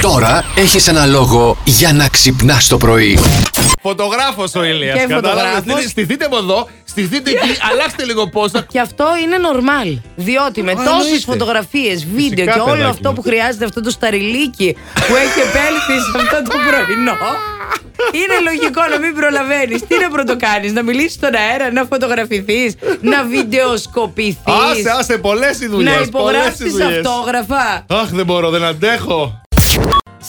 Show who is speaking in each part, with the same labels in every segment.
Speaker 1: Τώρα έχεις ένα λόγο για να ξυπνάς το πρωί.
Speaker 2: Φωτογράφος ο Ηλία.
Speaker 3: Ε, Και
Speaker 2: Κατάλαβες.
Speaker 3: φωτογράφος.
Speaker 2: Δηλαδή, Στηθείτε από εδώ, στηθείτε εκεί, αλλάξτε λίγο πόσα.
Speaker 3: Και αυτό είναι normal. Διότι με
Speaker 2: Α,
Speaker 3: τόσες
Speaker 2: εννοείται.
Speaker 3: φωτογραφίες, βίντεο
Speaker 2: Φυσικά,
Speaker 3: και όλο
Speaker 2: παιδάκι
Speaker 3: αυτό
Speaker 2: μου.
Speaker 3: που χρειάζεται, αυτό το σταριλίκι που έχει επέλθει σε αυτό το πρωινό. Είναι λογικό να μην προλαβαίνεις. Τι να πρωτοκάνεις, να μιλήσεις στον αέρα, να φωτογραφηθείς, να βιντεοσκοπηθείς.
Speaker 2: Άσε, άσε, πολλές οι δουλειές.
Speaker 3: Να υπογράψεις αυτόγραφα.
Speaker 2: Αχ, δεν μπορώ, δεν αντέχω.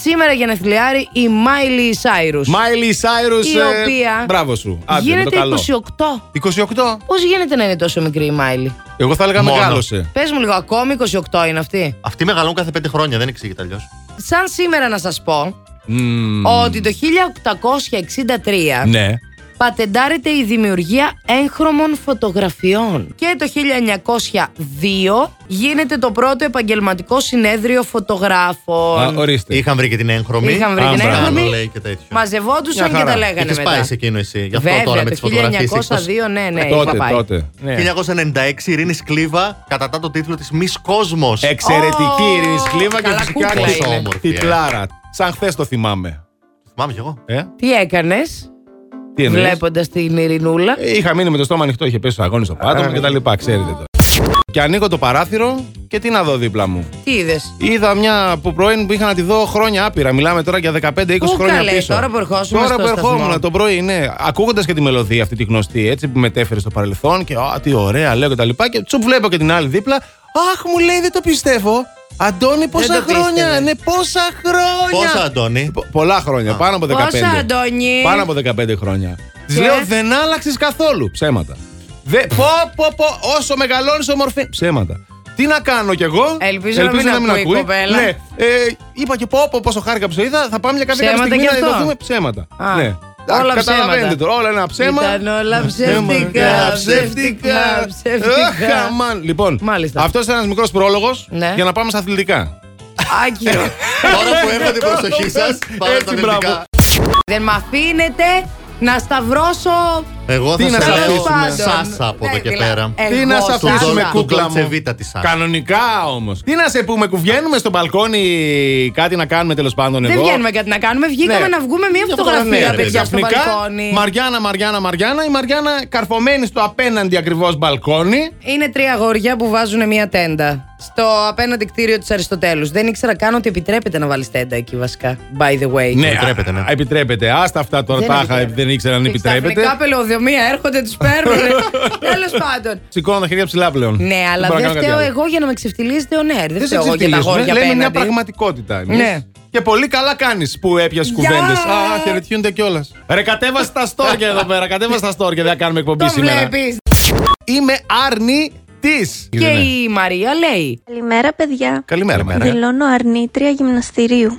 Speaker 3: Σήμερα για να θυλιάρει η Μάιλι Σάιρους.
Speaker 2: Μάιλι Σάιρους.
Speaker 3: Η οποία
Speaker 2: Μπράβο σου. Άντε, με το
Speaker 3: γίνεται
Speaker 2: καλό.
Speaker 3: 28.
Speaker 2: 28.
Speaker 3: Πώς γίνεται να είναι τόσο μικρή η Μάιλι.
Speaker 2: Εγώ θα έλεγα
Speaker 4: Μόνο.
Speaker 2: μεγάλωσε.
Speaker 3: Πες μου λίγο, ακόμη 28 είναι αυτή.
Speaker 4: Αυτοί μεγαλώνουν κάθε πέντε χρόνια, δεν εξηγείται αλλιώς.
Speaker 3: Σαν σήμερα να σας πω
Speaker 2: Μμμ,
Speaker 3: ότι το 1863
Speaker 2: Ναι.
Speaker 3: πατεντάρεται η δημιουργία έγχρωμων φωτογραφιών. Και το 1902 γίνεται το πρώτο επαγγελματικό συνέδριο
Speaker 2: Α,
Speaker 3: φωτογράφων.
Speaker 2: ορίστε.
Speaker 4: Είχαν βρει και την έγχρωμη.
Speaker 3: Είχαν βρει
Speaker 2: Α,
Speaker 3: την
Speaker 2: μπράβο.
Speaker 4: Άλλο
Speaker 3: έγχρωμη,
Speaker 4: λέει και τέτοιο.
Speaker 3: μαζευόντουσαν
Speaker 2: Μια
Speaker 3: και τα
Speaker 2: χαρά.
Speaker 3: λέγανε
Speaker 4: Είχες
Speaker 3: μετά.
Speaker 4: πάει σε εκείνο εσύ. Γι' αυτό
Speaker 3: Βέβαια,
Speaker 4: τώρα με
Speaker 3: το
Speaker 4: τις φωτογραφίες.
Speaker 3: 1902, ναι, ναι,
Speaker 2: Ε, τότε,
Speaker 3: είχα πάει.
Speaker 2: τότε. Ναι.
Speaker 4: 1996 Ειρήνη Σκλήβα κατατά το τίτλο της Μης Κόσμος.
Speaker 2: Εξαιρετική
Speaker 3: Ω,
Speaker 2: η Ειρήνη Σκλήβα και
Speaker 3: καλά
Speaker 2: φυσικά
Speaker 3: κούκλα
Speaker 4: είναι.
Speaker 2: όμορφη, Τιτλάρα. Σαν χθες το θυμάμαι.
Speaker 4: Θυμάμαι κι εγώ.
Speaker 2: Ε,
Speaker 3: Τι έκανες,
Speaker 2: τι εννοείς?
Speaker 3: βλέποντας την Ειρηνούλα.
Speaker 2: Ε, Είχα μείνει με το στόμα ανοιχτό, είχε πέσει ο αγώνι στο πάτωμα και τα λοιπά, ξέρετε τώρα. Και ανοίγω το παράθυρο και τι να δω δίπλα μου.
Speaker 3: Τι είδες.
Speaker 2: Είδα μια που πρώην που είχα να τη δω χρόνια άπειρα. Μιλάμε τώρα για 15-20
Speaker 3: Πού
Speaker 2: χρόνια
Speaker 3: καλέ,
Speaker 2: πίσω.
Speaker 3: τώρα που ερχόσουν
Speaker 2: Τώρα
Speaker 3: στο
Speaker 2: που ερχόμουν
Speaker 3: σταθμό.
Speaker 2: το πρωί, ναι. Ακούγοντας και τη μελωδία αυτή τη γνωστή, έτσι που μετέφερε στο παρελθόν και Α, τι ωραία, λέω και τα λοιπά. Και τσουπ βλέπω και την άλλη δίπλα. Αχ, μου λέει, δεν το πιστεύω. Αντώνη, πόσα
Speaker 3: το
Speaker 2: χρόνια.
Speaker 3: πίστευε.
Speaker 2: Ναι, πόσα χρόνια.
Speaker 4: Πόσα, Αντώνη.
Speaker 2: Πο- πολλά χρόνια, πάνω από 15.
Speaker 3: Πόσα, Αντώνη?
Speaker 2: Πάνω από 15 χρόνια. Της
Speaker 3: Και?
Speaker 2: λέω, δεν άλλαξες καθόλου. Ψέματα. Δε, πω, πω, πω, όσο μεγαλώνεις, ομορφή. Ψέματα. Τι να κάνω κι εγώ.
Speaker 3: Ελπίζω να μην ακούει η κοπέλα.
Speaker 2: Ναι. Ε, είπα και πω, πω, πόσο χάρηκα που σε είδα. Θα πάμε για κάποια
Speaker 3: Ψέματα
Speaker 2: στιγμή
Speaker 3: κι
Speaker 2: να
Speaker 3: αυτό.
Speaker 2: ειδωθούμε ψέματα.
Speaker 3: Α,
Speaker 2: ναι.
Speaker 3: όλα
Speaker 2: Α,
Speaker 3: ψέματα.
Speaker 2: Καταλαβαίνετε τώρα, όλα ένα ψέμα. Ναι,
Speaker 3: Ήταν όλα
Speaker 2: Ψέμα.
Speaker 3: ψεύτικα,
Speaker 2: Ε,
Speaker 3: ψεύτικα,
Speaker 2: Αχ,
Speaker 3: ψεύτικα.
Speaker 2: αμάν. Λοιπόν,
Speaker 3: Μάλιστα.
Speaker 2: αυτός ήταν ένας μικρός πρόλογος
Speaker 3: Ναι.
Speaker 2: για να πάμε στα αθλητικά.
Speaker 3: Άκυρο.
Speaker 4: Τώρα που έχω την προσοχή σα, πάμε
Speaker 2: Έτσι,
Speaker 4: στα
Speaker 2: μπράβο.
Speaker 4: δυτικά.
Speaker 3: Δεν με αφήνετε να σταυρώσω.
Speaker 4: Εγώ
Speaker 2: Τι
Speaker 4: θα
Speaker 2: να
Speaker 4: σα
Speaker 2: σας
Speaker 4: λέω
Speaker 2: αφήσουμε.
Speaker 4: σάσα από
Speaker 3: Ναι,
Speaker 4: εδώ και
Speaker 3: δηλαδή,
Speaker 4: πέρα.
Speaker 3: Ε,
Speaker 2: Τι να σε
Speaker 4: Του
Speaker 2: αφήσουμε,
Speaker 4: Δον- του
Speaker 2: κούκλα μου.
Speaker 4: Ντολτσεβίτα της Σάσα.
Speaker 2: Κανονικά όμως. Τι να σε πούμε, που βγαίνουμε στο μπαλκόνι κάτι να κάνουμε τέλος πάντων
Speaker 3: Δεν
Speaker 2: εδώ.
Speaker 3: βγαίνουμε κάτι να κάνουμε. Βγήκαμε
Speaker 2: Ναι.
Speaker 3: να βγούμε μία
Speaker 2: Μια
Speaker 3: φωτογραφία,
Speaker 2: φωτογραφία, ρε,
Speaker 3: παιδιά, στο
Speaker 2: ξαφνικά,
Speaker 3: μπαλκόνι.
Speaker 2: Μαριάννα, Μαριάννα, Μαριάννα. Η Μαριάννα καρφωμένη στο απέναντι ακριβώς μπαλκόνι.
Speaker 3: Είναι τρία αγόρια που βάζουν μία τέντα στο απέναντι κτίριο της Αριστοτέλους. Δεν ήξερα καν ότι επιτρέπεται να βάλεις τέντα εκεί, βασικά. By the way.
Speaker 4: επιτρέπεται, ναι.
Speaker 2: α, Επιτρέπεται. Άστα αυτά τώρα
Speaker 3: Δεν
Speaker 2: τα είχα,
Speaker 3: επιτρέπεται.
Speaker 2: δεν ήξερα αν
Speaker 3: Και Ξαφνικά
Speaker 2: επιτρέπεται.
Speaker 3: πελαιοδομία έρχονται, τους παίρνουν. Τέλος πάντων.
Speaker 2: Σηκώνω τα χέρια ψηλά πλέον.
Speaker 3: Ναι, αλλά
Speaker 2: μπορώ να
Speaker 3: δεν
Speaker 2: κάνω κάτι
Speaker 3: φταίω
Speaker 2: άλλο.
Speaker 3: εγώ για να με ξεφτυλίζετε ο Νέρ. Δεν
Speaker 2: Δεν σε
Speaker 3: φταίω εγώ για τα
Speaker 2: ξεφτυλίζουμε.
Speaker 3: αγόρια
Speaker 2: Λέμε μια
Speaker 3: απέναντι.
Speaker 2: πραγματικότητα. εμείς.
Speaker 3: Ναι.
Speaker 2: Και πολύ καλά κάνεις που έπιασες
Speaker 3: Γεια!
Speaker 2: κουβέντες. Α, χαιρετιούνται κιόλας. Ρε, κατέβασε τα στόρια εδώ πέρα. Κατέβασε τα στόρια. Δεν θα κάνουμε εκπομπή
Speaker 3: Το
Speaker 2: σήμερα.
Speaker 3: βλέπεις.
Speaker 2: Είμαι αρνητή.
Speaker 3: Και η Μαρία λέει.
Speaker 5: Καλημέρα, παιδιά.
Speaker 2: Καλημέρα, μέρα.
Speaker 5: Δηλώνω αρνήτρια γυμναστηρίου.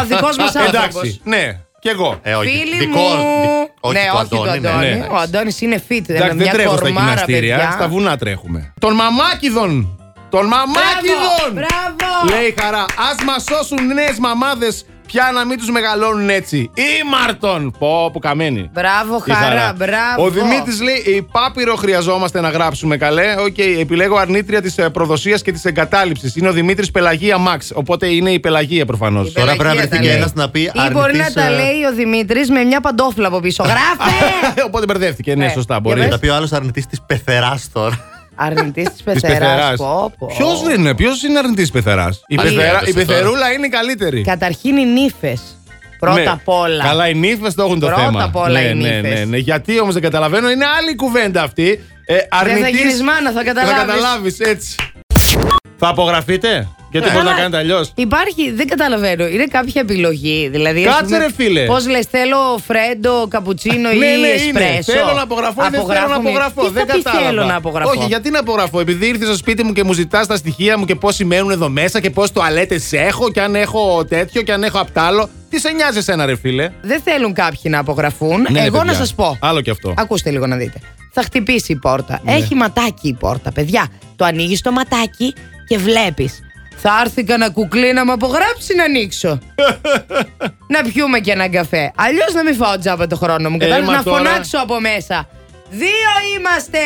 Speaker 3: Ο δικός μας άνθρωπο.
Speaker 2: Εντάξει, ναι, και εγώ.
Speaker 4: Ε, όχι.
Speaker 3: Φίλοι
Speaker 4: Δικό-
Speaker 3: μου.
Speaker 4: δι- Όχι,
Speaker 3: ναι,
Speaker 4: του
Speaker 3: όχι του
Speaker 4: Αντώνη.
Speaker 3: Αντώνη.
Speaker 4: ναι, ναι.
Speaker 3: Ο Αντώνης είναι fit. Δεν είναι
Speaker 2: Εντάξει,
Speaker 3: μια
Speaker 2: δεν τρέχω στα
Speaker 3: κορμάρα,
Speaker 2: γυμναστήρια,
Speaker 3: παιδιά.
Speaker 2: στα βουνά τρέχουμε. Των μαμάκιδων! Των μαμάκιδων!
Speaker 3: Μπράβο!
Speaker 2: Λέει η χαρά, ας μας σώσουν νέες μαμάδες πια να μην τους μεγαλώνουν έτσι. Ήμαρτον! Πω, που καμένη.
Speaker 3: Μπράβο,
Speaker 2: Τι
Speaker 3: χαρά, μπράβο.
Speaker 2: Ο Δημήτρη λέει: Η πάπυρο χρειαζόμαστε να γράψουμε, καλέ. Οκ, επιλέγω αρνήτρια της προδοσίας και της εγκατάλειψης. Είναι ο Δημήτρης Πελαγία Μαξ. Οπότε είναι η Πελαγία προφανώς.
Speaker 3: Η
Speaker 4: Τώρα πρέπει
Speaker 3: Πελαγία
Speaker 4: να βρεθεί
Speaker 3: τα
Speaker 4: και
Speaker 3: λέει.
Speaker 4: ένας να πει
Speaker 3: Ή μπορεί να
Speaker 4: αρνητής,
Speaker 3: τα
Speaker 4: ε,
Speaker 3: λέει ο Δημήτρης με μια παντόφλα από πίσω. Γράφε!
Speaker 2: Οπότε μπερδεύτηκε. Ναι,
Speaker 3: Ε,
Speaker 2: σωστά.
Speaker 3: για
Speaker 2: Μπορείς.
Speaker 4: Να τα πει ο άλλος αρνητής της πεθεράς τώρα.
Speaker 3: Αρνητής της
Speaker 2: Της
Speaker 3: πεθεράς.
Speaker 2: Ποιος δεν είναι, ποιος είναι αρνητής πεθεράς. Η,
Speaker 4: Άλλη
Speaker 2: πεθερά,
Speaker 4: έπεσε
Speaker 2: η
Speaker 4: τώρα.
Speaker 2: πεθερούλα είναι η καλύτερη.
Speaker 3: Καταρχήν οι νύφες. Πρώτα
Speaker 2: Ναι.
Speaker 3: απ' όλα.
Speaker 2: Καλά, οι νύφες το έχουν το
Speaker 3: Πρώτα
Speaker 2: θέμα.
Speaker 3: απ'
Speaker 2: ναι,
Speaker 3: όλα οι
Speaker 2: ναι,
Speaker 3: νύφες.
Speaker 2: ναι, ναι. Γιατί όμως δεν καταλαβαίνω, είναι άλλη κουβέντα αυτή. Ε, αρνητής,
Speaker 3: γίνεις μάνα, θα καταλάβεις.
Speaker 2: Θα καταλάβεις έτσι. θα απογραφείτε, γιατί
Speaker 3: Ναι.
Speaker 2: μπορεί να
Speaker 3: Καλά.
Speaker 2: κάνετε αλλιώς.
Speaker 3: Υπάρχει, δεν καταλαβαίνω. Είναι κάποια επιλογή. Δηλαδή,
Speaker 2: Κάτσε, ρε, φίλε.
Speaker 3: Πώς λες, θέλω φρέντο, καπουτσίνο ή
Speaker 2: Ναι, ναι, είναι.
Speaker 3: εσπρέσο.
Speaker 2: Θέλω να απογραφώ ή δεν θέλω να
Speaker 3: Απογράφουμε.
Speaker 2: απογραφώ.
Speaker 3: Τι
Speaker 2: Δεν
Speaker 3: θα πει
Speaker 2: κατάλαβα.
Speaker 3: θέλω να απογραφώ.
Speaker 2: Όχι, γιατί να απογραφώ. Επειδή ήρθες στο σπίτι μου και μου ζητάς τα στοιχεία μου και πώς σημαίνουν εδώ μέσα και πώς τουαλέτες έχω και αν έχω τέτοιο και αν έχω απ' τ' άλλο. Τι σε νοιάζει ένα ρε φίλε.
Speaker 3: Δεν θέλουν κάποιοι να απογραφούν.
Speaker 2: Ναι, ρε,
Speaker 3: Εγώ να
Speaker 2: παιδιά.
Speaker 3: σας πω.
Speaker 2: Άλλο κι αυτό.
Speaker 3: Ακούστε λίγο να δείτε. Θα χτυπήσει η πόρτα.
Speaker 2: Ναι.
Speaker 3: Έχει ματάκι η πόρτα, παιδιά. Το ανοίγεις το ματάκι και βλέπεις. Θα έρθει κανένα κουκλί να με απογράψει να ανοίξω. να πιούμε και έναν καφέ. Αλλιώς να μην φάω τζάμπα το χρόνο μου. Κατάλαβε
Speaker 2: Ε, μα
Speaker 3: να
Speaker 2: τώρα.
Speaker 3: φωνάξω από μέσα. Δύο είμαστε!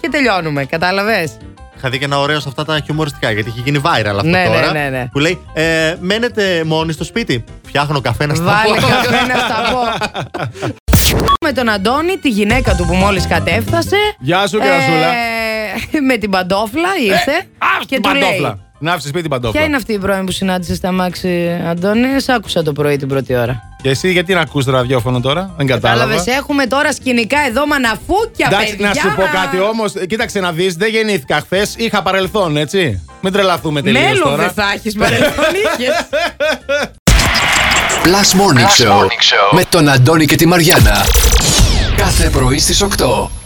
Speaker 3: Και τελειώνουμε, κατάλαβες.
Speaker 4: Είχα δει και ένα ωραίο σε αυτά τα χιουμοριστικά, γιατί έχει γίνει viral αυτό
Speaker 3: Ναι, ναι,
Speaker 4: τώρα.
Speaker 3: ναι, ναι.
Speaker 4: Που λέει, ε, μένετε μόνοι στο σπίτι. Φτιάχνω καφέ να
Speaker 3: Βάλε
Speaker 4: σταθώ.
Speaker 3: καφέ να στα πω. με τον Αντώνη, τη γυναίκα του που μόλις κατέφτασε.
Speaker 2: Γεια σου, Κρασούλα.
Speaker 3: Ε, με την παντόφλα ήρθε.
Speaker 2: Άφησε την παντόφλα. Να άφησες πει την παντόφλα.
Speaker 3: Ποια είναι αυτή η πρώην που συνάντησες στα μάξι, Αντώνη. Σ' άκουσα το πρωί την πρώτη ώρα.
Speaker 2: Και εσύ γιατί να ακούς το ραδιόφωνο τώρα, δεν κατάλαβα.
Speaker 3: Κατάλαβες, έχουμε τώρα σκηνικά εδώ μαναφούκια,
Speaker 2: Εντάξει,
Speaker 3: παιδιά.
Speaker 2: να σου πω κάτι όμως. Κοίταξε να δεις, δεν γεννήθηκα χθες. Είχα παρελθόν, έτσι. Μην τρελαθούμε τελείως.
Speaker 3: Μέλλον
Speaker 2: τώρα.
Speaker 3: δεν θα έχεις παρελθόν είχες.
Speaker 1: Plus Morning, Show, με τον Αντώνη και τη Μαριάνα. Κάθε πρωί στις 8.